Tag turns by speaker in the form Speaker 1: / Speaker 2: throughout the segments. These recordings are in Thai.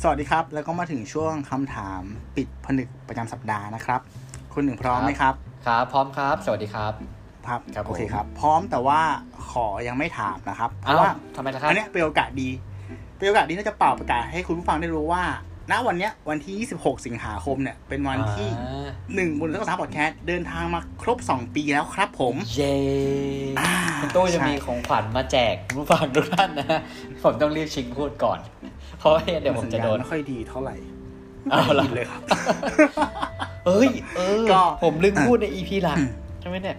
Speaker 1: สวัสดีครับ แล้วก็มาถึงช่วงคำถามปิดผนึกประจำสัปดาห์นะครับ คุณหนึ่งพร้อมไหมครับ
Speaker 2: ครับ พร้อมครับ สวัสดีครับ
Speaker 1: ครับ
Speaker 2: ครับผม
Speaker 1: โอเคครับ พร้อมแต่ว่าขอยังไม่ถามนะครับ เพ
Speaker 2: อ้า
Speaker 1: ราะ
Speaker 2: ว
Speaker 1: ว่า
Speaker 2: ทำไมล่ะครับ
Speaker 1: อันเนี้ยเป็นโอกาสดี เป็นโอกาสดีที่จะเป่าประกาศให้คุณผู้ฟังได้รู้ว่า ณ วันเนี้ยวันที่ 26 สิงหาคมเนี่ย เป็นวันที่
Speaker 2: อ่า
Speaker 1: หนึ่งบนเรื่องสามพอดแคสต์เดินทางมาครบ 2 ปีแล้วครับผม
Speaker 2: เย้
Speaker 1: อ่า
Speaker 2: คุณตู้จะ
Speaker 1: ใช่
Speaker 2: มีของขวัญมาแจกคุณผู้ฟังทุกท่านนะ ผมต้องรีบชิงพูดก่อน เพราะว่าเดี๋ยวผมจะโดน
Speaker 1: สัญญาณไม่ค่อยดีเท่าไหร่
Speaker 2: เอาล่ะ
Speaker 1: ไม่ได้ยินเลยครับ
Speaker 2: เอ้ย เออ
Speaker 1: ก็
Speaker 2: ผมลืมพูดในอีพีหลังใช่ไหมเนี่ย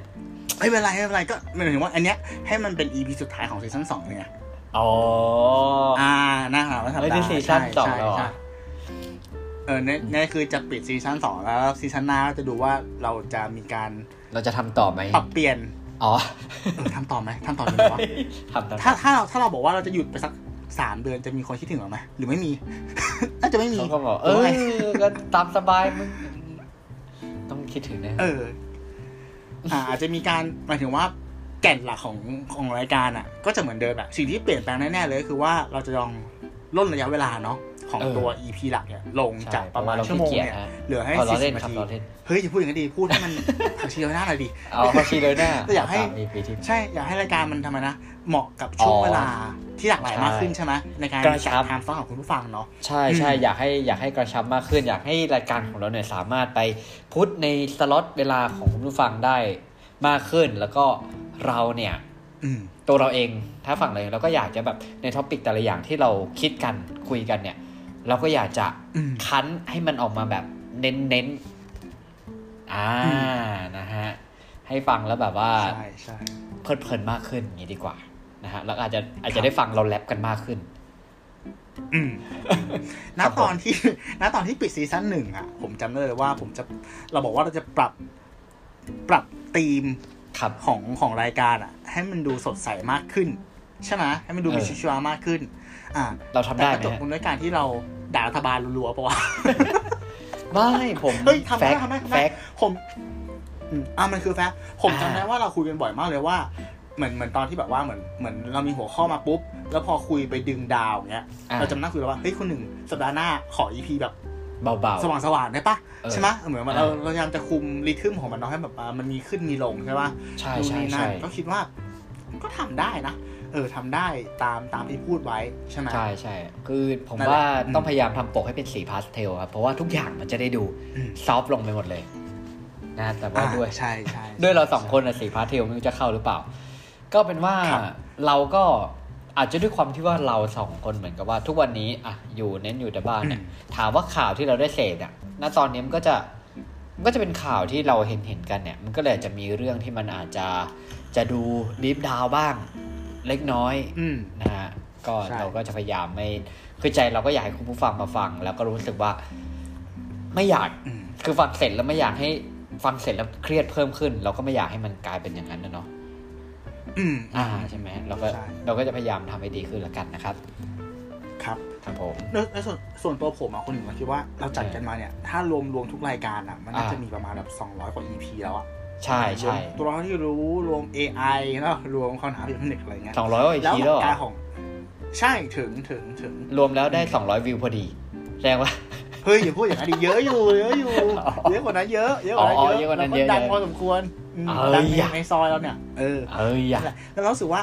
Speaker 1: ไม่เป็นไรไม่เป็นไรก็หมายถึงว่าอันเนี้ยให้มันเป็น EP สุดท้ายของซีซั่นสองเลยไง
Speaker 2: อ๋อ
Speaker 1: อ่านะครับ
Speaker 2: เฮ้ยนี่ซีซั่นสองแล้วเหรอ
Speaker 1: เออเนี่ยเนี่ยคือจะปิดซีซั่นสองแล้วซีซั่นหน้าก็จะดูว่าเราจะมีการ
Speaker 2: เราจะทำต่อไหม
Speaker 1: ปรับเปลี่ยน
Speaker 2: อ๋อ
Speaker 1: เออทำต่อไหมทำต่อดีไหมวะ
Speaker 2: ทำต่อ
Speaker 1: ถ้าถ้าเราถ้าเราบอกว่าเราจะหยุดไปสักสามเดือนจะมีคนคิดถึงเราไหมหรือไม่มี น่าจะไม่มี
Speaker 2: เขาก็บอก เอ
Speaker 1: หรื
Speaker 2: อ
Speaker 1: ว่าไง
Speaker 2: ก็ตามสบายมึง ต้องคิดถึงนะ
Speaker 1: เอออ่าอาจจะมีการหมายถึงว่าแก่นหลักของของรายการอ่ะ ก็จะเหมือนเดิมอะสิ่งที่เปลี่ยนแปลงแน่ๆเลยก็คือว่าเราจะลองล่นระยะเวลาเนาะของ
Speaker 2: เออ
Speaker 1: ตัว EP หลักเนี่ยลง
Speaker 2: ใ
Speaker 1: จากประมาณ
Speaker 2: เเ
Speaker 1: ชั่วโมง
Speaker 2: ขี้กีจ
Speaker 1: เนี่ย
Speaker 2: ฮะ
Speaker 1: เหลือให้
Speaker 2: เอาล้อ
Speaker 1: สี่
Speaker 2: เล่
Speaker 1: สิ
Speaker 2: น
Speaker 1: บนา
Speaker 2: ครับ
Speaker 1: ที
Speaker 2: ล้อเล่น
Speaker 1: เฮ้ยอย่าพูดอย่างนั้นดิ พูด ให้มัน ผักชีเอาหน้าหน่อยดิ
Speaker 2: เอามาชีเลยหน้า
Speaker 1: แต่อยากให้
Speaker 2: มีปีที่
Speaker 1: ใช่ อยากให้รายการมันทำไมนะ เหมาะกับช่วง
Speaker 2: อ๋อ
Speaker 1: เวลาที่หลากหลายมากขึ้นใช่ไหมในการ
Speaker 2: กระชั
Speaker 1: จัด
Speaker 2: บ
Speaker 1: ทำฟังของคุณผู้ฟังเนาะ
Speaker 2: ใช่ใช่อยากให้อยากให้กระชับมากขึ้น อยากให้รายการของเราเนี่ยสามารถไปพุทในสล็อตเวลาของคุณผู้ฟังได้มากขึ้น แล้วก็เราเนี่ย
Speaker 1: อืม
Speaker 2: ตัวเราเองถ้าฝั่งเราเองเราก็อยากจะแบบในท็อปิกแต่ละอย่างที่เราคิดกันคุยกันเนี่ย เราก็อยากจะ
Speaker 1: อืม
Speaker 2: คั้นให้มันออกมาแบบเน้นเน้นๆอ่า
Speaker 1: อื
Speaker 2: นะฮะให้ฟังแล้วแบบว่า
Speaker 1: ใช่ใช่
Speaker 2: เพลิดเพลินมากขึ้นอย่างนี้ดีกว่านะฮะแล้วอาจจะอาจ
Speaker 1: ครั
Speaker 2: จะ
Speaker 1: บ
Speaker 2: ได้ฟังเราแรปกันมากขึ้น
Speaker 1: อืมณ
Speaker 2: ครับผม
Speaker 1: ตอนที่ ณตอนที่ปิดซีซั่นหนึ่งอ่ะ ผมจำได้เลยว่าผมจะ เราบอกว่าเราจะปรับ ปรับธีม
Speaker 2: ครับ
Speaker 1: ของของรายการอ่ะ ให้มันดูสดใสมากขึ้น ใช่ไหมให้มันดูมี
Speaker 2: เออ
Speaker 1: ชีวิตชีวามากขึ้น อ่า
Speaker 2: เราทำ
Speaker 1: แต่
Speaker 2: ได้
Speaker 1: ก็
Speaker 2: ไหม
Speaker 1: จบ
Speaker 2: ฮะ
Speaker 1: ลงด้วยการที่เราด่ารัฐบาลรัวๆปะวะ
Speaker 2: ไม่ผม
Speaker 1: เฮ้ยทำได้
Speaker 2: แฟก
Speaker 1: ทำได้ทำได้
Speaker 2: แฟก
Speaker 1: ผมอืมอ่ะมันคือแฟกต์ผมจำ
Speaker 2: อ่า
Speaker 1: ได้ว่าเราคุยกันบ่อยมากเลยว่า เหมือนเหมือนตอนที่แบบว่าเหมือนเหมือนเรามีหัวข้อมาปุ๊บ แล้วพอคุยไปดึงดาวเงี้ย
Speaker 2: อ่ะ
Speaker 1: เราจำนั่งคุยแล้วว่าเฮ้ยคนหนึ่งสัปดาห์หน้าขออีพีแบบ
Speaker 2: เบา
Speaker 1: สว่างสว่างๆได้ปะ
Speaker 2: เออ
Speaker 1: ใช่ไหมเหมือนว่าเรา
Speaker 2: อ่า
Speaker 1: เราพยายามจะคุมริทึมของมันเนาะให้แบบว่ามันมีขึ้นมีลงใช่ปะ
Speaker 2: ๆ ใช่
Speaker 1: ดู
Speaker 2: ใช่
Speaker 1: นี่นั่
Speaker 2: ใช่
Speaker 1: นก็คิดว่าก็ทำได้นะเออทำได้ตามตามที่พูดไว้ใช่ไหม
Speaker 2: ใช่ใช่คือผม
Speaker 1: นั่นแหละ
Speaker 2: ว่า
Speaker 1: อืม
Speaker 2: ต้องพยายามทำปกให้เป็นสีพาสเทลครับ เพราะว่าทุกอย่างมันจะได้ดู
Speaker 1: อืม
Speaker 2: ซอฟต์ลงไปหมดเลยนะแต่ว่า
Speaker 1: อ่า
Speaker 2: ด้วย
Speaker 1: ใช่ใช่
Speaker 2: ด้วยเราสองคนน่ะสีพาสเทลไมันจะเข้าหรือเปล่า ก็เป็นว่า
Speaker 1: ครับ
Speaker 2: เราก็อาจจะด้วยความที่ว่าเราสองคนเหมือนกับว่า ทุกวันนี้อ่ะอยู่เน้นอยู่แต่บ้านเนี่ย
Speaker 1: อืม
Speaker 2: ถามว่าข่าวที่เราได้เสพเนี่ยณตอนนี้มันก็จะมันก็จะเป็นข่าวที่เราเห็นเห็นกันเนี่ย มันก็เลยอาจจะมีเรื่องที่มันอาจจะจะดูดิฟดาวบ้าง เล็กน้อย
Speaker 1: อืม
Speaker 2: นะฮะก็
Speaker 1: ใช่
Speaker 2: เราก็จะพยายามไม่คือใจเราก็อยากให้คุณผู้ฟังมาฟัง แล้วก็รู้สึกว่า ไม่อยาก
Speaker 1: อืม
Speaker 2: คือฟังเสร็จแล้วไม่อยากให้ฟังเสร็จแล้วเครียดเพิ่มขึ้น เราก็ไม่อยากให้มันกลายเป็นอย่างนั้นนะเนาะ
Speaker 1: อืม
Speaker 2: อ่าใช่ไหมเราก็
Speaker 1: ใช่
Speaker 2: เราก็จะพยายามทำให้ดีขึ้นละกันนะครับ
Speaker 1: ครับ
Speaker 2: ครับผม
Speaker 1: ในในส่วนส่วนตัวผมอะคนหนึ่งผมคิดว่าเราจัดกันมาเนี่ย ถ้ารวมรวมทุกรายการอะมันน่าจะมีประมาณแบบ200 กว่า EP แล้วอะ
Speaker 2: ใช่
Speaker 1: ร
Speaker 2: ใช่
Speaker 1: วมตัวเราที่รู้รวม AI แล้วรวมคำถามอิเล็กทรอนิกส์อะไรเงี้ย
Speaker 2: สองร้อยอี
Speaker 1: แล้ว
Speaker 2: พี
Speaker 1: ห
Speaker 2: แล้
Speaker 1: ลั
Speaker 2: ว
Speaker 1: ก
Speaker 2: เหร
Speaker 1: กา
Speaker 2: อ
Speaker 1: รของ ใช่ถึงถึงถึง
Speaker 2: รวมแล้วได้สองร้อยวิวพอดีแสดงว่า
Speaker 1: เฮ้ยอย่าพูดอย่างนั้นดิเยอะอยู่เยอะอยู่ เยอะกว่านั้นเยอะเยอะกว่านั้น
Speaker 2: อ๋อ
Speaker 1: เยอะ
Speaker 2: เยอะกว่านั้น
Speaker 1: แล้ว
Speaker 2: เยอะ
Speaker 1: ดังพอสมควรอืม
Speaker 2: เอ้ย
Speaker 1: ดังใน
Speaker 2: อย่า
Speaker 1: ในซอยเราเนี่ยเออ
Speaker 2: เอ้ยอะ
Speaker 1: แล้วเรารู้สึกว่า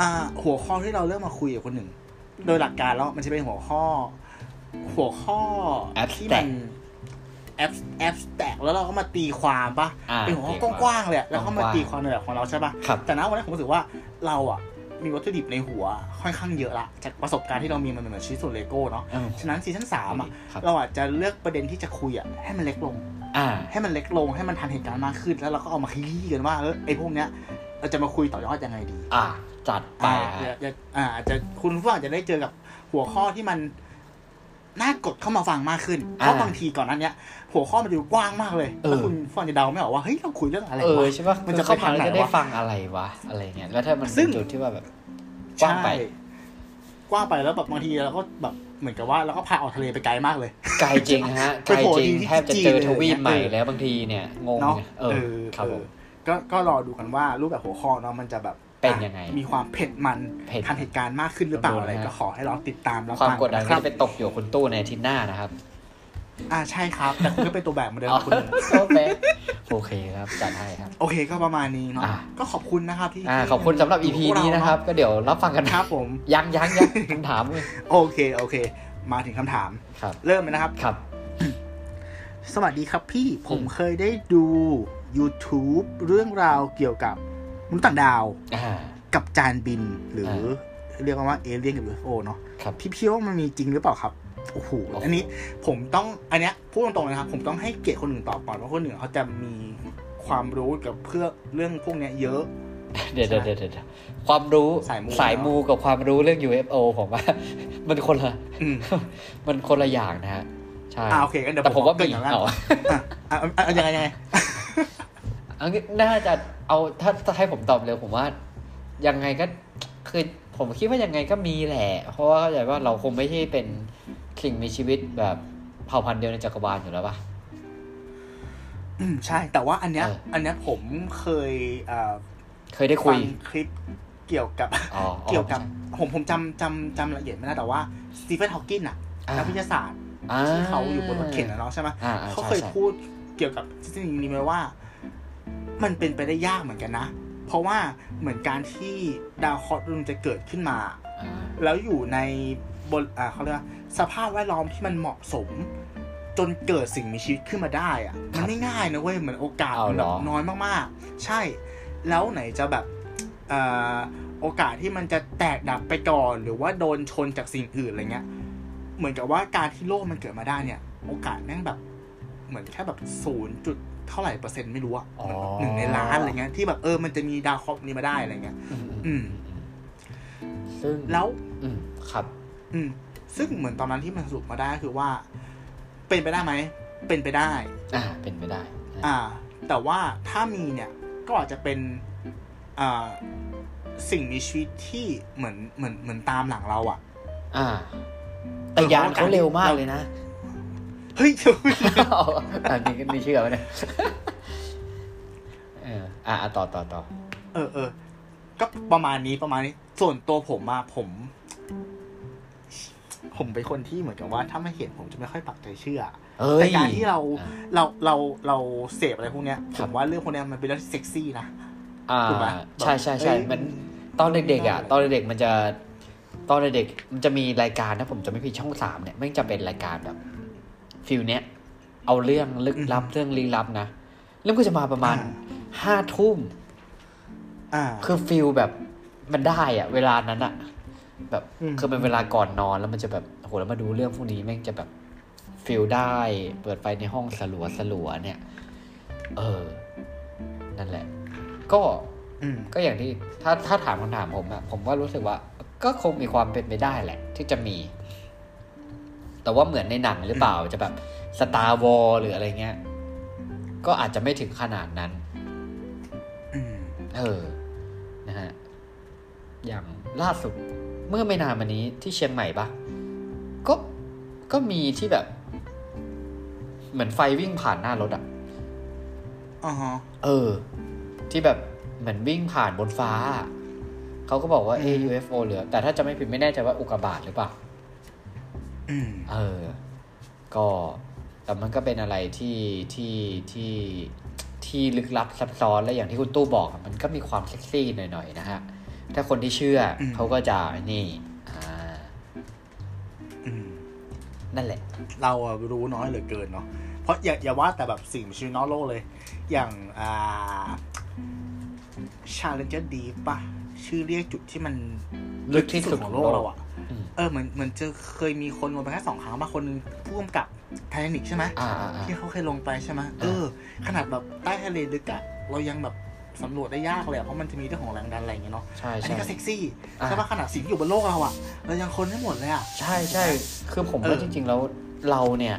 Speaker 1: อ่า หัวข้อที่เราเลือกมาคุยกับคนหนึ่ง โดยหลักการแล้วมันจะเป็นหัวข้อ หัวข้อ
Speaker 2: Abstract
Speaker 1: ที่มันแอปแอปแตกแล้วเราก็มาตีความปะ
Speaker 2: อ่า
Speaker 1: เป็นหัวข้อ
Speaker 2: ตีความ
Speaker 1: กว้างๆเลยอะแล้วก็มาก
Speaker 2: ว้างๆ
Speaker 1: ตีความในแบบของเราใช่ปะ
Speaker 2: ครับ
Speaker 1: แต่ณวันนี้นผมรู้สึกว่าเราอะมีวัตถุดิบในหัวค่อนข้างเยอะละจากประสบการณ์ที่เรามีมันเหมือนชิ้นส่วนเลโก้เนาะ
Speaker 2: เออ
Speaker 1: ฉะนั้นซีซั่นสามอะ
Speaker 2: ครับ
Speaker 1: เราอาจจะเลือกประเด็นที่จะคุยอะให้มันเล็กลง
Speaker 2: อ่า
Speaker 1: ให้มันเล็กลงให้มันทันเหตุการณ์มากขึ้น แล้วเราก็เอามาขยี้กันว่าเออไอ้พวกเนี้ยเราจะมาคุยต่อยอดยังไงดี
Speaker 2: อ่า จัดไป
Speaker 1: อ่า
Speaker 2: ฮะ
Speaker 1: อย่าอย่าอ่าอาจจะคุณผู้ฟังอาจจะได้เจอกับหัวข้อที่มันน่ากดเข้ามาฟังมากขึ้น เพ
Speaker 2: อ่า
Speaker 1: ราะบางทีก่อนนั้นเนี้ย หัวข้อมันดูกว้างมากเลย
Speaker 2: เออ
Speaker 1: แล้วคุณผู้ฟังจะเดาไม่ออกว่าเฮ้ยเราคุยเรื่องอะไร
Speaker 2: เออ
Speaker 1: วะ
Speaker 2: ใช่ป่ะ
Speaker 1: มั
Speaker 2: มันน
Speaker 1: จะ
Speaker 2: จะ
Speaker 1: ไปทาม
Speaker 2: เข้าาง
Speaker 1: ไหน
Speaker 2: แล้วจะได้
Speaker 1: วะ
Speaker 2: ฟังอะไรวะ อะไรเงี้ยแล้วถ้ามัน
Speaker 1: ซึ่
Speaker 2: เป็
Speaker 1: ง
Speaker 2: นจุดที่ว่าแบบกว้างไป
Speaker 1: ใช่กว้างไปแล้วแบบบางทีเราก็แบบเหมือนกับว่าเราก็พาออกทะเลไปไกลมากเลย
Speaker 2: ไกลจริงฮะ
Speaker 1: ไป
Speaker 2: ไกล
Speaker 1: โผล่
Speaker 2: จริง
Speaker 1: ที่
Speaker 2: แทบจะเจอทวี
Speaker 1: จีนเลย
Speaker 2: ปใหม่แล้วบางทีเนี่ย งง
Speaker 1: เนาะ
Speaker 2: เนี่ยเออ ครับผม
Speaker 1: ก็ก็รอดูกันว่ารูปแบบหัวข้อเนาะมันจะแบบ
Speaker 2: เป็นยังไง
Speaker 1: มีความเผ็ดมัน
Speaker 2: เผ็ด
Speaker 1: ทันเหตุการณ์มากขึ้นหรือเปล่า
Speaker 2: โดนๆ
Speaker 1: อะไร
Speaker 2: นะ
Speaker 1: ก็ขอให้ลองติดตามรับ
Speaker 2: ความ
Speaker 1: ฟัง
Speaker 2: กดดัน
Speaker 1: นะค
Speaker 2: ที่
Speaker 1: รับ
Speaker 2: ไปตกอยู่คุณตู้ในอาทิตย์หน้านะครับ
Speaker 1: อ่าใช่ครับ แต่คุณก็เป็นตัวแบบเหมือนเดิม
Speaker 2: อ๋อ
Speaker 1: คุณ
Speaker 2: โอเคโอเคครับจัดให้ครับ
Speaker 1: โอเคก็ประมาณนี้เนาะ
Speaker 2: อ่ะ
Speaker 1: ก็ขอบคุณนะครับที่
Speaker 2: อ่าขอบคุณสำหรับ EP นี้นะครับ ก็เดี๋ยวรับฟังกัน
Speaker 1: ครับผม
Speaker 2: ยังยังยังคำถามเลย
Speaker 1: โอเคโอเค มาถึงคำถาม
Speaker 2: ครับ
Speaker 1: เริ่มเลยนะครับ
Speaker 2: ครับ
Speaker 1: สวัสดีครับพี่ผม
Speaker 2: อืม
Speaker 1: เคยได้ดู YouTube เรื่องราวเกี่ยวกับมนุษย์ต่างดาว
Speaker 2: อ่า
Speaker 1: กับจานบิน หรือ
Speaker 2: เออ
Speaker 1: เรียกว่าเอเลี่ยนกับ UFO เนาะ
Speaker 2: ครับ
Speaker 1: พี่พี่ว่ามันมีจริงหรือเปล่าครับ โอ้โห
Speaker 2: โอ้โห
Speaker 1: อันนี้ผมต้อง อันเนี้ยพูดตรงๆเลยนะครับ ผมต้องให้เกียรติคนอื่นตอบก่อนว่าคนอื่นเขาจะมีความรู้กับเพื่อเรื่องพวกเนี้ยเยอะ
Speaker 2: เดี๋ยว
Speaker 1: ใช่
Speaker 2: เดี๋ยวเดี๋ยวเดี๋ยวความรู้
Speaker 1: สายมู
Speaker 2: มูกับความรู้เรื่อง UFO ผมว่า มันคนละ
Speaker 1: อืม
Speaker 2: มันคนละอย่างนะฮะใช่
Speaker 1: อ่าโอเคกันเดี๋ยว
Speaker 2: แต่ผมว่า
Speaker 1: ขอเกริ
Speaker 2: มี
Speaker 1: นอย่างแรก
Speaker 2: เอา
Speaker 1: อ่ะอ่ะอ่ะอ่ะยังไงยังไง
Speaker 2: อันนี้น่าจะเอาถ้าถ้าให้ผมตอบเร็วผมว่า ยังไงก็คือผมคิดว่ายังไงก็มีแหละ เพราะว่าเข้าใจว่าเราคงไม่ใช่เป็นสิ่งมีชีวิตแบบเผ่าพันธุ์เดียวในจักรวาลอยู่แล้วป่ะ
Speaker 1: อืมใช่ แต่ว่าอันเนี้ย
Speaker 2: เอออั
Speaker 1: อันเนี้ยผมเคยเอ่อ
Speaker 2: เคยได้คุ
Speaker 1: ฟั
Speaker 2: ย
Speaker 1: งคลิปเกี่ยวกับ
Speaker 2: อ๋ออ๋อ
Speaker 1: เกี่ยวกับ ผมผมจำจำจำละเอียดไม่ได้แต่ว่าสตีเฟนฮอว์กินอะ
Speaker 2: อ่า
Speaker 1: นักวิทยาศาสตร์
Speaker 2: อ่
Speaker 1: ที่เขาอยู่บนรถเข็นอะเนาะใช่ไหม
Speaker 2: อ่อ่
Speaker 1: เขา
Speaker 2: ใช่
Speaker 1: เคย
Speaker 2: ใช่
Speaker 1: พูดเกี่ยวกับทฤษฎีนี้ไหมว่า มันเป็นไปได้ยากเหมือนกันนะ เพราะว่าเหมือนการที่ดาวเคราะห์ดวงจะเกิดขึ้นมา แล้วอยู่ในบนอ่าเขาเรียกว่าสภาพแวดล้อมที่มันเหมาะสม จนเกิดสิ่งมีชีวิตขึ้นมาได้อะมันไม่ง่ายนะเว้ยเหมือนโอกาส
Speaker 2: เอา
Speaker 1: มัน
Speaker 2: เหร
Speaker 1: แบ
Speaker 2: อ
Speaker 1: บน้อยมากๆ ใช่ แล้วไหนจะแบบเอ่อโอกาสที่มันจะแตกดับไปก่อน หรือว่าโดนชนจากสิ่งอื่นอะไรเงี้ย เหมือนกับว่าการที่โลกมันเกิดมาได้เนี่ย โอกาสแม่งแบบ เหมือนแค่แบบศูนย์จุดเท่าไหร่เปอร์เซ็นต์ไม่รู้อะ
Speaker 2: อ๋อ
Speaker 1: หนึ่งในล้านอะไรเงี้ยที่แบบเออมันจะมีดาวเคราะห์นี้มาได้อะไรเงี้ย
Speaker 2: อืม
Speaker 1: อื
Speaker 2: อื
Speaker 1: ม
Speaker 2: มซึ่ง
Speaker 1: แล้ว
Speaker 2: อืมครับ
Speaker 1: อืมซึ่งเหมือนตอนนั้นที่มันสรุปมาได้ก็คือว่า เป็นไปได้ไหม เป็นไปได้
Speaker 2: อ่า เป็นไม่ได้นะ
Speaker 1: อ่า แต่ว่าถ้ามีเนี่ยก็อาจจะเป็นอ่าสิ่งมีชีวิตที่เหมือนเหมือนเหมือนตามหลังเราอะ่ะ
Speaker 2: อ่า แต่ยานเขาเร็วมากเลยนะ
Speaker 1: เฮ้ยเดี๋ยว
Speaker 2: เอาอันนี้ก็มีเชื่อไหมเนี่ยเอออ่าต่อต่อต่อ
Speaker 1: เออเออก็ประมาณนี้ประมาณนี้ ส่วนตัวผมอะผม ผมเป็นคนที่เหมือนกับว่า ถ้าไม่เห็นผมจะไม่ค่อยปักใจเชื่อ
Speaker 2: เอ้ย
Speaker 1: แต่การที่เรา
Speaker 2: อ่ะ
Speaker 1: เราเราเราเสพอะไรพวกเนี้ย
Speaker 2: ค
Speaker 1: ผ
Speaker 2: รับ
Speaker 1: มว่าเรื่องพวกเนี้ยมันเป็นเรื่องที่เซ็กซี่นะ
Speaker 2: อ่า
Speaker 1: ถูกไหม
Speaker 2: ใช่ใช่ใช่
Speaker 1: เอ้ย
Speaker 2: มัน ตอนเด็กๆอ่ะ
Speaker 1: ได้
Speaker 2: ตอนเด็กๆมันจะ ตอนเด็กๆมันจะมีรายการนะผมจะไม่ผิดช่องสามเนี่ยแม่งจะเป็นรายการแบบฟิลเนี้ย เอาเรื่องลึกลับเรื่องลี้ลับนะแล้วมันก็จะมาประมาณห้าทุ่ม
Speaker 1: อ่า
Speaker 2: คือฟิลแบบมันได้อะเวลานั้นอะแบบ
Speaker 1: อืม
Speaker 2: คือเป็นเวลาก่อนนอนแล้วมันจะแบบโอ้โหแล้วมาดูเรื่องพวกนี้แม่งจะแบบฟิลได้ เปิดไฟในห้องสลัวสลัวๆเนี่ย เออ นั่นแหละ ก็
Speaker 1: อืม
Speaker 2: ก็อย่างที่ถ้าถ้าถามคำถามผมอะผมว่ารู้สึกว่า ก็คงมีความเป็นไปได้แหละ ที่จะมี แต่ว่าเหมือนในหนังหรือเปล่าจะแบบสตาร์วอลหรืออะไรเงี้ย ก็อาจจะไม่ถึงขนาดนั้น
Speaker 1: อืม
Speaker 2: เออ นะฮะ อย่างล่าสุดเมื่อไม่นานมานี้ที่เชียงใหม่ปะก็ ก็มีที่แบบ เหมือนไฟวิ่งผ่านหน้ารถอะ
Speaker 1: อ่าฮะ
Speaker 2: เออ ที่แบบเหมือนวิ่งผ่านบนฟ้าอะเขาก็บอกว่าเอ
Speaker 1: อืม
Speaker 2: UFO เหลือ แต่ถ้าจะไม่ผิดไม่แน่ใจว่าอุกกาบาตหรือเปล่า
Speaker 1: อืม
Speaker 2: เออ ก็แต่มันก็เป็นอะไรที่ที่ที่ที่ลึกลับซับซ้อนและอย่างที่คุณตู้บอกอะมันก็มีความเซ็กซี่หน่อยๆนะฮะ ถ้าคนที่เชื่ออ
Speaker 1: ม
Speaker 2: เขาก็จะนี่ อ่า
Speaker 1: อืม
Speaker 2: นั่นแหละ
Speaker 1: เราอะรู้น้อยเหลือเกินเนาะ เพราะอย่าอย่าว่าแต่แบบสิ่งมีชีวิตนอกโลกเลย อย่างอ่า Challenger Deep ปะชื่อเรียกจุดที่มัน
Speaker 2: ลึกที่สุด
Speaker 1: ข
Speaker 2: ข
Speaker 1: อ
Speaker 2: อง ง
Speaker 1: โล
Speaker 2: โล
Speaker 1: ก
Speaker 2: ก
Speaker 1: เราอะ
Speaker 2: อืม
Speaker 1: เออเหมือนเหมือนจะเคยมีคนลงไปแค่สองครั้งมาคนหนึงพ่วงกับไททานิกใช่ไหม
Speaker 2: อ่าอ่าอ่า
Speaker 1: ที่เขาเคยลงไปใช่ไหม
Speaker 2: เออ
Speaker 1: เออ ขนาดแบบใต้ทะเลลึกอะเรายังแบบสำรวจได้ยากเลยอะเพราะมันจะมีเรื่องของแรงดันอะไรอย่างเงี้ยเนาะ
Speaker 2: ใช่
Speaker 1: อัน
Speaker 2: ใช่
Speaker 1: นี้ก็เซ็กซี่
Speaker 2: อ่า
Speaker 1: ใช่ปะขนาดสิ่งที่อยู่บนโลกเราอะเรายังค้นให้หมดเลยอะ
Speaker 2: ใช่ใช่ คือผม
Speaker 1: เออ
Speaker 2: ว่าจริง ๆ แล้วเราเนี่ย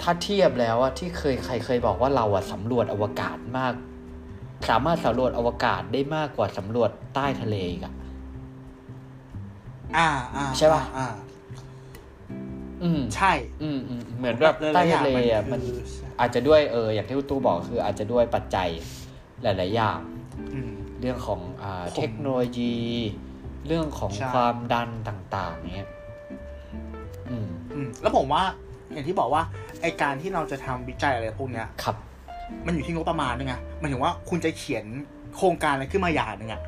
Speaker 2: ถ้าเทียบแล้วอะที่เคยใครเคยบอกว่าเราอะสำรวจอวกาศมาก สามารถสำรวจอวกาศได้มากกว่าสำรวจใต้ทะเลอีกอะ
Speaker 1: อ่าอ่า
Speaker 2: ใช่ปะ
Speaker 1: อ่า
Speaker 2: อืม
Speaker 1: ใช่
Speaker 2: อืมอืมเหมือนแบบใต้ทะเลอ่ะ
Speaker 1: หายๆย่าง
Speaker 2: มัน
Speaker 1: คือ
Speaker 2: อาจจะด้วยเอออย่างที่คุณตู้บอกคืออาจจะด้วยปัจจัยหลาย ๆ อย่าง
Speaker 1: อืม
Speaker 2: เรื่องของอ่า
Speaker 1: ผม
Speaker 2: เทคโนโลยี เรื่องของ
Speaker 1: ใช่
Speaker 2: ความดันต่างๆ เนี้ยอืม
Speaker 1: อืมแล้วผมว่าอย่างที่บอกว่าไอการที่เราจะทำวิจัยอะไรพวกเนี้ย
Speaker 2: ครับ
Speaker 1: มันอยู่ที่งบประมาณด้วยไงหมันถึงว่าคุณจะเขียนโครงการอะไรขึ้นมาอย่างหนึ่งอะ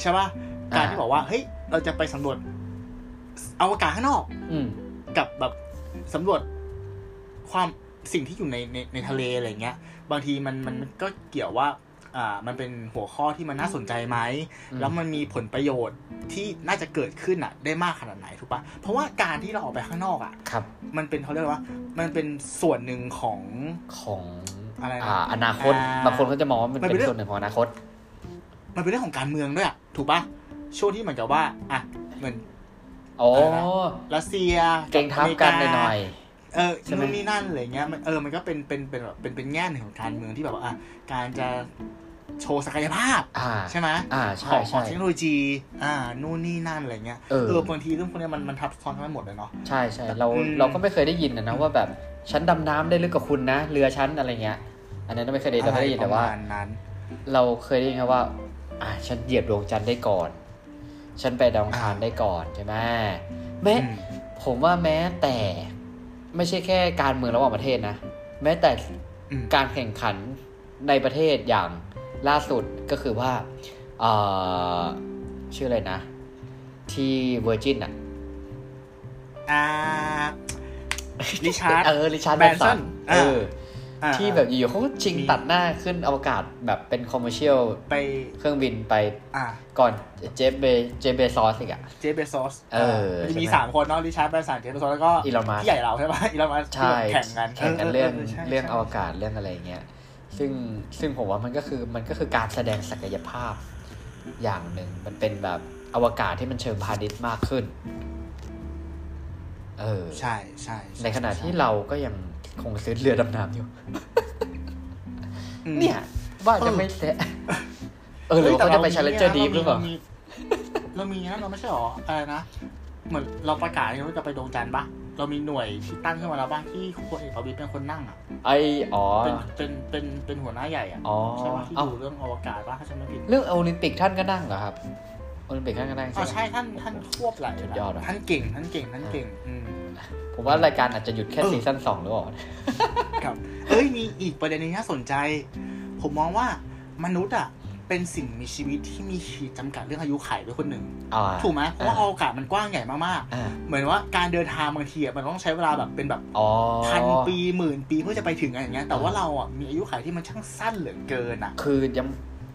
Speaker 1: ใช่ป่ะ
Speaker 2: อ่า
Speaker 1: การที่บอกว่า เฮ้ย เราจะไปสำรวจอวกาศข้างนอก
Speaker 2: อืม
Speaker 1: กับแบบสำรวจความสิ่งที่อยู่ในในในทะเลอะไรเงี้ย บางทีมันมันมันก็เกี่ยวว่า อ่า มันเป็นหัวข้อที่มันน่าสนใจไหม
Speaker 2: อืม
Speaker 1: แล้วมันมีผลประโยชน์ที่น่าจะเกิดขึ้นอะได้มากขนาดไหนถูกปะเพราะว่าการที่เราออกไปข้างนอกอะ
Speaker 2: ครับ
Speaker 1: มันเป็นเขาเรียกว่า มันเป็นส่วนหนึ่งของ
Speaker 2: ของ
Speaker 1: อะไรนะ
Speaker 2: อ่าอนาคต
Speaker 1: อ่า
Speaker 2: บางคนก็จะมองว่ามัน
Speaker 1: มันเป็
Speaker 2: เป็น น
Speaker 1: เรื่อง
Speaker 2: ส่วนหนึ่งของอนาคต
Speaker 1: มันเป็นเรื่องของการเมืองด้วยอะถูกปะช่วงที่เหมือนกับว่า อ่ะ เหมือน
Speaker 2: อ๋อ
Speaker 1: อะไรนะ รัสเซีย
Speaker 2: เก่งทับกันหน่อย
Speaker 1: เออ
Speaker 2: ใช่ไหม
Speaker 1: นู่นนี่นั่นอะไรเงี้ยมันเออมันก็เป็นเป็นเป็นแบบเป็นเป็นแง่หนึ่งของการเมืองที่แบบว่าอ่ะการจะโชว์ศักยภาพ
Speaker 2: ๆอ่า
Speaker 1: ใช่ไหม
Speaker 2: อ่า
Speaker 1: ข
Speaker 2: ใช่
Speaker 1: องของ
Speaker 2: ใช่
Speaker 1: เทคโนโลยี อ่านู่นนี่นั่นอะไรเงี้ย
Speaker 2: เออ
Speaker 1: บางทีเรื่องพวกเนี้ยมันมันทับซ้อนกันไปหมดเลยเนาะ
Speaker 2: ใช่ใช่เรา
Speaker 1: อืม
Speaker 2: เราก็ไม่เคยได้ยินนะนะว่าแบบฉันดำน้ำได้ลึกกว่าคุณนะ เรือฉันอะไรเงี้ย อันนั้นไม่เคยได้ยินเราไม่ได้ยิน
Speaker 1: ป
Speaker 2: แต่
Speaker 1: ระ
Speaker 2: ว่า
Speaker 1: มาณนั้น
Speaker 2: เราเคยได้ยินแค่ว่า อ่า ฉันเหยียบดวงจันทร์ได้ก่อน ฉันไปดาวอังคาร
Speaker 1: อ่า
Speaker 2: ได้ก่อนใช่ไหมแม้
Speaker 1: อืม
Speaker 2: ผมว่าแม้แต่ไม่ใช่แค่การเมืองระหว่างประเทศนะ แม้แต่
Speaker 1: อืม
Speaker 2: การแข่งขันในประเทศอย่างล่าสุดก็คือว่าเอ่อชื่ออะไรนะ ที่เวอร์จินอะ
Speaker 1: อ่าลิชาร์ด
Speaker 2: เออริชาร์ด
Speaker 1: แบ
Speaker 2: แบ
Speaker 1: รน
Speaker 2: น
Speaker 1: สั
Speaker 2: สั
Speaker 1: น
Speaker 2: น
Speaker 1: อ่า
Speaker 2: เอออ ที่แบบอยู่ๆเขาก็ชิงตัดหน้าขึ้นอวกาศแบบเป็นคอมเมอร์เชียล
Speaker 1: ไป
Speaker 2: เครื่องบินไป
Speaker 1: อ่า
Speaker 2: ก่อนเจฟเบเจฟเบซอสอีกอะ
Speaker 1: เจฟเบซอส
Speaker 2: เออ
Speaker 1: มันจะมี
Speaker 2: ใช่ไหม
Speaker 1: สามคนเนาะริชาร์ดแบรนสันเจฟเบซอสแล้วก็
Speaker 2: อีลอนมัส
Speaker 1: ที่ใหญ่เราใช่ปะอีลอนมัส
Speaker 2: ใช่
Speaker 1: แข่งกัน
Speaker 2: แข่งกันเรื่อง
Speaker 1: ใช่
Speaker 2: เรื่องอ
Speaker 1: ใช่
Speaker 2: วกาศเรื่องอะไรเงี้ยซึ่งซึ่งผมว่ามันก็คือมันก็คือการแสดงศักยภาพอย่างหนึ่งมันเป็นแบบอวกาศที่มันเชิงพาณิชย์มากขึ้นเออ
Speaker 1: ใช่ใช่ช่
Speaker 2: ในขณะที่เราก็ยังคงซื้อเรือดำน้ำอยู่
Speaker 1: อืม
Speaker 2: เนี่ยว่า
Speaker 1: เอ
Speaker 2: จะ
Speaker 1: อ
Speaker 2: ไม่แตะเออหรือว่าเขาจะไป
Speaker 1: แต่
Speaker 2: ชาเลนเจอร์ดีฟหรือเปล่า
Speaker 1: มีเรามีนะเราไม่ใช่หรออะไรนะ เหมือนเราประกาศว่าจะไปดวงจันทร์ปะเรามีหน่วยที่ตั้งขึ้นมาแล้วบ้างที่คุณเอกประวิตรเป็นคนนั่งอ่ะ
Speaker 2: ไออ๋อ
Speaker 1: เป็นเป็นเป็นเป็นหัวหน้าใหญ่อ่ะ
Speaker 2: อ๋อ
Speaker 1: ใช่ปะที่
Speaker 2: เอ้า
Speaker 1: ดูเรื่องอวกาศปะถ้าจำไม่ผิด
Speaker 2: เรื่องโอลิมปิกท่านก็นั่งเหรอครับ โอลิมปิกท่านก็นั่ง
Speaker 1: อ๋อ
Speaker 2: ใช่
Speaker 1: ใช่
Speaker 2: ไหม
Speaker 1: ท่านท่านควบไหลาย
Speaker 2: สุดยอดอะ
Speaker 1: ท่านเก่งท่านเก่งท่านเก่งอืม
Speaker 2: ผมว่ารายการอาจจะหยุดแค่
Speaker 1: เออ
Speaker 2: ซีซั่นสองหรือเปล่า
Speaker 1: ครับเอ้ยมีอีกประเด็นหนึงที่น่าสนใจ ผมมองว่ามนุษย์อ่ะเป็นสิ่งมีชีวิตที่มีขีดจำกัดเรื่องอายุไขด้วยคนหนึ่ง
Speaker 2: อ่า
Speaker 1: ถูกไหมเพราะว่า
Speaker 2: อ่า
Speaker 1: อวกาศมันกว้างใหญ่มาก
Speaker 2: อ่า
Speaker 1: ๆ เหมือนว่าการเดินทางบางทีอะมันต้องใช้เวลาแบบเป็นแบบ
Speaker 2: อ๋อ
Speaker 1: พันปีหมื่นปีเพื่อจะไปถึงอะไรอย่างเงี้ย แต่ว่า
Speaker 2: อ่า
Speaker 1: เราอ่ะมีอายุไขที่มันช่างสั้นเหลือเกินอ่ะ
Speaker 2: คือยัง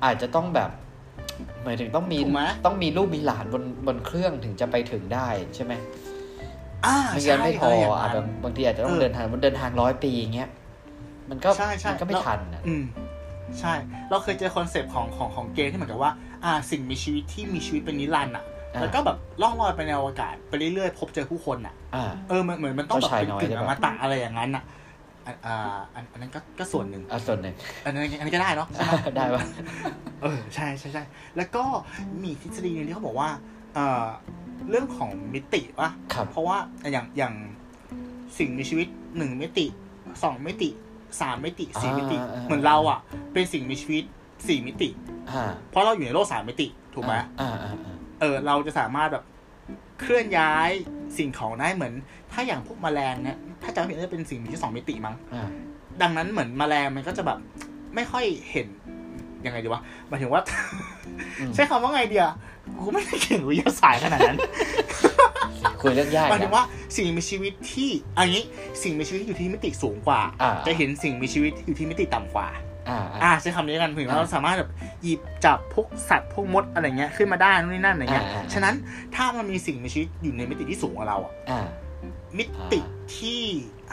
Speaker 2: อาจจะต้องแบบ หมายถึงต้องมี
Speaker 1: ถูกไหม
Speaker 2: ต้องมีลูกมีหลานบนบนเครื่องถึงจะไปถึงได้ใช่ไหม
Speaker 1: อ่า
Speaker 2: ไม่
Speaker 1: ใช่
Speaker 2: งั้นไม่พอ
Speaker 1: เย่าง
Speaker 2: อาจจะ
Speaker 1: นั้น
Speaker 2: บางทีอาจจะต้อ
Speaker 1: เองอ
Speaker 2: เดินทางมันเดินทางร้อยปีอย่างเงี้ยมันก็
Speaker 1: ใช่ใช่
Speaker 2: มันก็ไม่
Speaker 1: แล้ว
Speaker 2: ทันอะ
Speaker 1: อืมใช่ เราเคยเจอคอนเซปต์ของของของเกมที่เหมือนกับว่า อ่า สิ่งมีชีวิตที่มีชีวิตเป็นนิรันดร์อ่ะ
Speaker 2: อ่า
Speaker 1: แล้วก็แบบล่องลอยไปในอวกาศไปเรื่อยๆพบเจอผู้คนอ่ะ
Speaker 2: อ่า
Speaker 1: เออมันเหมือนมันต้องแบบ
Speaker 2: เจ้าชาย
Speaker 1: เป็น
Speaker 2: น้อย
Speaker 1: กึ่ง
Speaker 2: หรือ
Speaker 1: อ
Speaker 2: เป
Speaker 1: ม
Speaker 2: ล่า
Speaker 1: ตะอะไรอย่างนั้นอ่ะอันอ่าอันอันนั้นก็ก็ส่วนหนึ่ง
Speaker 2: อ่ะส่วนหนึ่ง
Speaker 1: อันนั้นอันนี้ก็ได้เนาะใช่ไหม
Speaker 2: ได้ปะ
Speaker 1: เออใช่ใช่ใช่แล้วก็มีทฤษฎีหนึงที่เขาบอกว่าเอ่อเรื่องของมิติวะ
Speaker 2: ครับ
Speaker 1: เพราะว่าอย่างอย่างสิ่งมีชีวิตหนึ่งมิติสองมิติสามมิติสี่
Speaker 2: อ่ามิ
Speaker 1: มิติ
Speaker 2: อ่า
Speaker 1: เหมือนเราอ่ะ เป็นสิ่งมีชีวิตสี่มิติ
Speaker 2: อ่า
Speaker 1: เพราะเราอยู่ในโลกสามมิติถูกไหม
Speaker 2: อ่าอ่าอ่า
Speaker 1: เออเราจะสามารถแบบเคลื่อนย้ายสิ่งของได้เหมือน ถ้าอย่างพวกแมลงเนี่ยถ้าจำไม่ผิดน่าจะเป็นสิ่งมีชีวิตสองมิติมั้ง
Speaker 2: อ่า
Speaker 1: ดังนั้นเหมือนแมลงมันก็จะแบบ ไม่ค่อยเห็นยังไงดีวะหมายถึงว่า
Speaker 2: อืม
Speaker 1: ใช้คำว่าไงเดียกูไม่ได้เก่งวิทยาศาสตร์ขนาดนั้น
Speaker 2: คุยเรื่องยาก
Speaker 1: หมายถึง
Speaker 2: นะ
Speaker 1: ว่าสิ่งมีชีวิตที่อันนี้สิ่งมีชีวิตที่อยู่ที่มิติสูงกว่า
Speaker 2: อ่า
Speaker 1: จะเห็นสิ่งมีชีวิตที่อยู่ที่มิติต่ำกว่า
Speaker 2: อ่าอ่า
Speaker 1: อ่าใช้คำนี้กันถึงว่า
Speaker 2: อ่า
Speaker 1: เราสามารถแบบหยิบจับพวกสัตว์พวกมดอะไรเงี้ยขึ้นมาได้นู่นนี่นั่นอะไรเงี้ย
Speaker 2: อ่าอ่า
Speaker 1: ฉะนั้นถ้ามันมีสิ่งมีชีวิตอยู่ในมิติที่สูงกว่าเราอะ
Speaker 2: อ่า
Speaker 1: มิติที่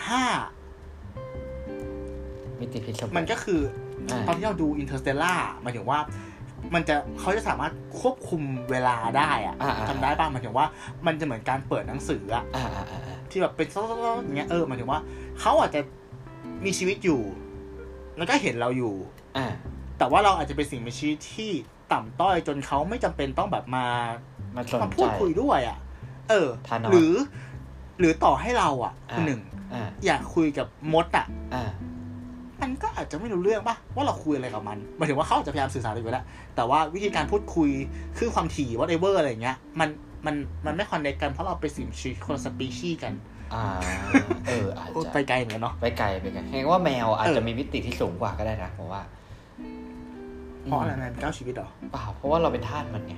Speaker 1: ห้า
Speaker 2: มิติพิษสมั
Speaker 1: มันก็คือ
Speaker 2: อ่า
Speaker 1: ตอนที่เราดูอินเตอร์สเตลล่าหมายถึงว่า มันจะเขาจะสามารถควบคุมเวลาได้อะ
Speaker 2: อ่าอ่า
Speaker 1: จำได้ป่ะหมายถึงว่ามันจะเหมือนการเปิดหนังสืออะ
Speaker 2: อ่าอ่าอ่าอ่า
Speaker 1: ที่แบบเป็นซดๆอย่างเงี้ยเออหมายถึงว่าเขาอาจจะมีชีวิตอยู่ แล้วก็เห็นเราอยู่
Speaker 2: อ่า
Speaker 1: แต่ว่าเราอาจจะเป็นสิ่งมีชีวิตที่ต่ำต้อยจนเขาไม่จำเป็นต้องแบบมา
Speaker 2: มาสน
Speaker 1: มา
Speaker 2: ใจ
Speaker 1: พูดคุยด้วยอะเออ
Speaker 2: ทานอน
Speaker 1: หรือ หรือต่อให้เราอะ
Speaker 2: อ่า
Speaker 1: หนึ่ง
Speaker 2: อ่า
Speaker 1: อยากคุยกับมดอะ
Speaker 2: อ่า
Speaker 1: มันก็อาจจะไม่รู้เรื่องป่ะว่าเราคุยอะไรกับมันหมายถึงว่าเขาอาจจะพยายามสื่อสารอะไรไปแล้ว แต่ว่าวิธีการพูดคุยคือความถี่ whatever อะไรอย่างเงี้ย มันมันมันไม่คอนเนคกันเพราะเราเป็นสิ่งมีชีวิตคนละสปีชีส์กัน
Speaker 2: อ่า เออ อาจ
Speaker 1: โอ้
Speaker 2: จะ
Speaker 1: ไปไกลเหมือนกันเนาะ
Speaker 2: ไปไกลไปไกลแห่งว่าแมวอาจ
Speaker 1: เออ
Speaker 2: จะมีมิติที่สูงกว่าก็ได้นะผมว่า
Speaker 1: เพราะอะไรมันเป็นเก้าชีวิตเหรอ
Speaker 2: เปล่าเพราะว่าเราเป็นทาสมันไง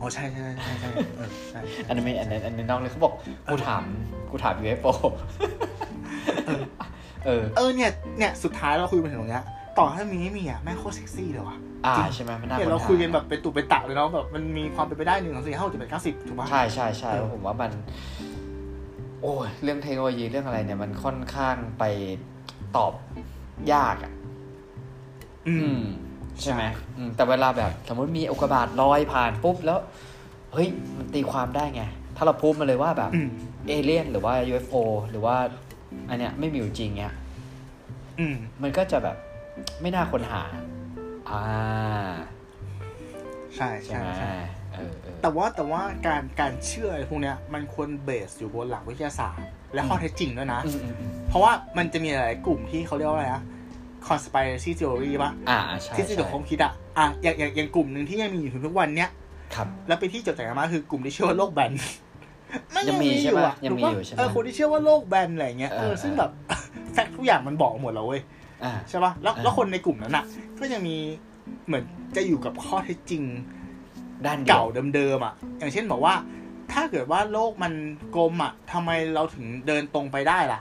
Speaker 1: อ๋อใช่ใช่ใช่ใช่เออใช่ใช่
Speaker 2: อันนั้นไม่อันนั้นอันนั้นน้องเลยเขาบอกกูถามกูถาม UFO เออ
Speaker 1: เออเนี่ยเนี่ยสุดท้ายเราคุยมาถึงตรงเนี้ยต่อให้มีไม่มีอ่ะแม่งโคตรเซ็กซี่เลยว่ะ
Speaker 2: อ่า
Speaker 1: จริง
Speaker 2: ใช่ไหมมันน่า
Speaker 1: เนี่ย
Speaker 2: ค้
Speaker 1: เรา
Speaker 2: ห
Speaker 1: คุยกันแบบเป็นตุเป็นตะเลยเนาะแบบมันมีความเป็นไปได้หนึ่งสองสี่ห้าหกเจ็ดแปดเก้าสิบถูกปะ
Speaker 2: ใช่ใช่ใช่
Speaker 1: เออ
Speaker 2: ผมว่ามัน โอ้ยเรื่องเทคโนโลยีเรื่องอะไรเนี่ย มันค่อนข้างไปตอบยากอ่ะ
Speaker 1: อื
Speaker 2: อื
Speaker 1: ม
Speaker 2: ม ใช่ไหมอืมแต่เวลาแบบสมมติมีอุกกาบาตลอยผ่านปุ๊บแล้ว เฮ้ย มันตีความได้ไง ถ้าเราพูดมาเลยว่าแบบ
Speaker 1: อืม
Speaker 2: เอเลี่ยนหรือว่า UFO หรือว่า อันเนี้ยไม่มีอยู่จริงเนี้ย
Speaker 1: อืม
Speaker 2: มันก็จะแบบไม่น่าค้นหา อ่า
Speaker 1: ใช่
Speaker 2: ใช่
Speaker 1: ใช่
Speaker 2: ไหม
Speaker 1: ใช่
Speaker 2: เออเออ
Speaker 1: แต่ว่าแต่ว่าการการเชื่ออะไรพวกเนี้ยมันควรเบสอยู่บนหลักวิทยาศาสตร์ และข้อ
Speaker 2: อืม
Speaker 1: เท็จจริงด้วยนะ
Speaker 2: อืมอืมอืม
Speaker 1: เพราะว่ามันจะมีหลายๆกลุ่มที่เขาเรียกว่าอะไรนะ conspiracy theory ป่ะ
Speaker 2: อ่าใช่
Speaker 1: ทฤษฎี
Speaker 2: ใช่
Speaker 1: ของความคิดอะอ่ะอย่างอย่างอย่างกลุ่มหนึ่งที่ยังมีอยู่ถึงทุกวันเนี้ย
Speaker 2: ครับ
Speaker 1: แล้วเป็นที่จดจำกันมากคือกลุ่มที่เชื่อว่าโลกแบ นน
Speaker 2: ยังมีใช่ปะ
Speaker 1: อะ
Speaker 2: ยังมีอยู่
Speaker 1: ถูกปะ
Speaker 2: ใช่ไหม
Speaker 1: เออคนที่เชื่อว่าโลกแบนอะไรเงี้ย
Speaker 2: เออ
Speaker 1: เออซึ่ง
Speaker 2: เออ
Speaker 1: แบบ แฟกต์ทุกอย่างมันบอกหมดแล้วเว้ย
Speaker 2: อ่า
Speaker 1: ใช่ป่ะแล้ว
Speaker 2: เออ
Speaker 1: แล้วคนในกลุ่มนั้นอะก็ยังมีเหมือนจะอยู่กับข้อเท็จจริง
Speaker 2: ด้านเดียว
Speaker 1: เก่าเดิมๆอ่ะ อย่างเช่นบอกว่า ถ้าเกิดว่าโลกมันกลมอ่ะทำไมเราถึงเดินตรงไปได้ล่ะ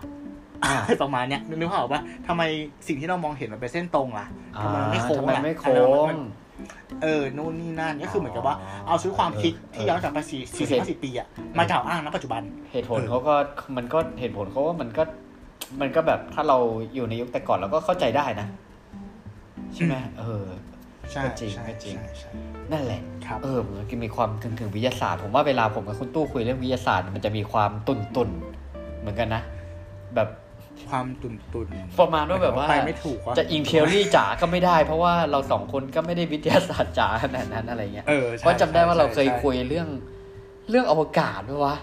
Speaker 2: อ่า
Speaker 1: ประมาณเนี้ยนึกภาพออกปะทำไมสิ่งที่เรามองเห็นมันเป็นเส้นตรงล่ะ
Speaker 2: อ่า
Speaker 1: ทำไมมันไม่โค้ง
Speaker 2: ทำไม
Speaker 1: ล่ะ
Speaker 2: ไม่โค้
Speaker 1: ทำไมมัน
Speaker 2: ง
Speaker 1: มัน เออนู่นนี่นั่นก็คือเหมือนกับว่า เอาชุดความคิดที่ย้อนกลับไปสี่
Speaker 2: คื
Speaker 1: สี่สิ
Speaker 2: อ
Speaker 1: บ
Speaker 2: เห็น
Speaker 1: ห้าสิบปีอ่ะ มากล่าวอ้างณปัจจุบัน
Speaker 2: เหตุผลเขาก็มันก็เหตุผลเขาว่ามันก็ มันก็แบบถ้าเราอยู่ในยุคแต่ก่อนเราก็เข้าใจได้นะ ใช่ไหมเออ
Speaker 1: ใช่
Speaker 2: ก็จริง
Speaker 1: ใช่
Speaker 2: ก็จริง
Speaker 1: ใช่ใช่
Speaker 2: นั่นแหละ
Speaker 1: ครับ
Speaker 2: เออมันก็มีความถึงถึงวิทยาศาสตร์ผมว่าเวลาผมกับคุณตู้คุยเรื่องวิทยาศาสตร์ มันจะมีความตุนตุนๆเหมือนกันนะ แบบ
Speaker 1: ความตุนตุน
Speaker 2: ประมาณว่าแบบว่า
Speaker 1: ไปไม่ถูกว่
Speaker 2: จะอิงเทอรี่จ๋าก็ไม่ได้ เพราะว่าเราสองคนก็ไม่ได้วิทยาศาสตร์จ๋าขนาดนั้นอะไรเงี้ย
Speaker 1: เออใช่
Speaker 2: เพราะจำได้ว่าเราเคย
Speaker 1: ใช่ใช่
Speaker 2: คุยเรื่องเรื่องอวกาศด้วยวะ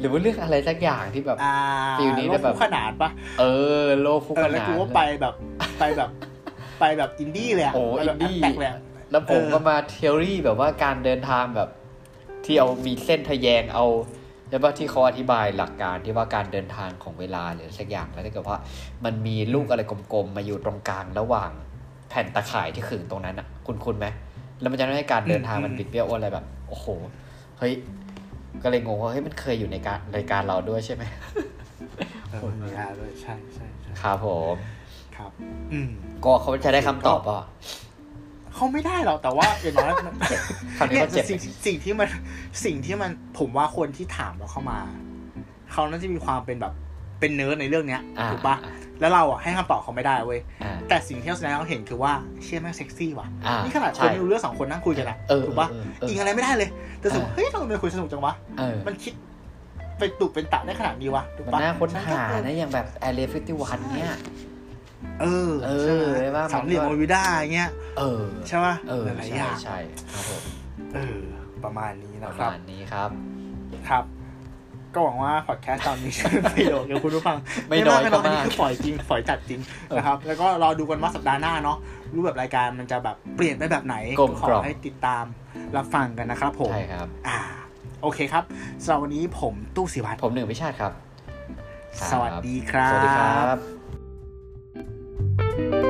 Speaker 2: หรือว่าเรื่องอะไรสักอย่างที่แบบ
Speaker 1: อ่า
Speaker 2: ฟิลนี้
Speaker 1: โล
Speaker 2: ได้
Speaker 1: ก
Speaker 2: แบบ
Speaker 1: คู่ขนานปะ
Speaker 2: เออโลกคู่
Speaker 1: เอ
Speaker 2: ข
Speaker 1: อแล้ว
Speaker 2: นาน
Speaker 1: กูก็ไปแบบไปแบบ ไปแบบอินดี้เลยอะ
Speaker 2: โอ้
Speaker 1: ไป
Speaker 2: อิ
Speaker 1: แบบ
Speaker 2: นดี้
Speaker 1: แปลกๆเลยอะ
Speaker 2: แล้วผม
Speaker 1: เออ
Speaker 2: ก็มาเทอรี่แบบว่าการเดินทางแบบ ที่เอามีเส้นทะแยงเอาแล้วว่าที่เขาอธิบายหลักการที่ว่าการเดินทางของเวลาหรือสักอย่างแล้วถ้าเกิดว่า มันมีลูกอะไรกลมๆมาอยู่ตรงกลางระหว่างแผ่นตะข่ายที่ขึงตรงนั้นอ่ะ คุณคุณไหมแล้วมันจะทำให้การเดินทางมันบิดเบี้ยวอะไรแบบ โอ้โหเฮ้ยก็เลยงงว่าเฮ้ยมันเคยอยู่ในการรายการเราด้วยใช่ไหม
Speaker 1: เออเวลาด้วยใช่ใช่ใช่
Speaker 2: ครับผม
Speaker 1: ครับ อืม
Speaker 2: ก็เขาจะได้คำตอบป่ะ
Speaker 1: เขาไม่ได้หรอกแต่ว่าอย่างน้อยมัน
Speaker 2: คำนี้
Speaker 1: เนี่ย
Speaker 2: เขาเจ็บไหม
Speaker 1: สิ่งสิ่งที่มันสิ่งที่มันผมว่าคนที่ถามเราเข้ามาเขาน่าจะมีความเป็นแบบเป็นเนิร์ดในเรื่องเนี้ย
Speaker 2: อ่า
Speaker 1: ถูกปะแล้วเราอ่ะให้คำตอบเขาไม่ได้เว้ย
Speaker 2: อ่า
Speaker 1: แต่สิ่งที่เขาแสดงให้เราเห็นคือว่าเชี่ยแม่งเซ็กซี่ว่ะ
Speaker 2: อ่านี่
Speaker 1: นี่ขนาดค
Speaker 2: ใช่
Speaker 1: นไม่รู้เรื่องสองคนนั่งคุยกันอะ
Speaker 2: เออ
Speaker 1: ถูกปะ
Speaker 2: เออเออ
Speaker 1: อิงอะไรไม่ได้เลย แต่รู้สึกว่าเฮ้ยเราเป็นคุยสนุกจังวะ
Speaker 2: เออ
Speaker 1: มันคิดเป็นตุเป็นตะได้ขนาดนี้วะถูก
Speaker 2: มัน
Speaker 1: ปะ
Speaker 2: น่าค้นหา
Speaker 1: ฉัก็
Speaker 2: นะอย่างแบบแอร์เรฟติวันเนี่ย
Speaker 1: เออ
Speaker 2: เออ
Speaker 1: ใช่ไหม
Speaker 2: ได้ว่ามันก็
Speaker 1: สามเหลี่ยมโมวิด้าอย่างเงี้ย
Speaker 2: เออ
Speaker 1: ใช่ปะ
Speaker 2: เออ
Speaker 1: หลายๆ
Speaker 2: ใช่
Speaker 1: อย่าง
Speaker 2: ใช่ครับผม
Speaker 1: เออ ประมาณนี้นะ
Speaker 2: ประ
Speaker 1: ครับ
Speaker 2: มาณนี้ครับ
Speaker 1: ครับ ก็หวังว่าพอดแคสต์ตอนนี้ จะเป็นประโยชน์กับคุณผู้ฟัง
Speaker 2: ไม่น้อยก็
Speaker 1: อันนี้
Speaker 2: มาก
Speaker 1: คือปล่อยจริงปล่อยจัดจริงนะครับ แล้วก็รอดูกันว่าสัปดาห์หน้าเนาะรูปแบบรายการมันจะแบบเปลี่ยนไปแบบไหน
Speaker 2: กลม
Speaker 1: ข
Speaker 2: กล่อ
Speaker 1: อ
Speaker 2: ม
Speaker 1: ให้ติดตามรับฟังกันนะครับผม
Speaker 2: ใช่ครับ
Speaker 1: อ่า โอเคครับสำหรับวันนี้ผมตู้สิวัตร
Speaker 2: ผมหนึ่งพิชาติครับ ครับ
Speaker 1: สวัสดีครับ
Speaker 2: สวัสดีครับ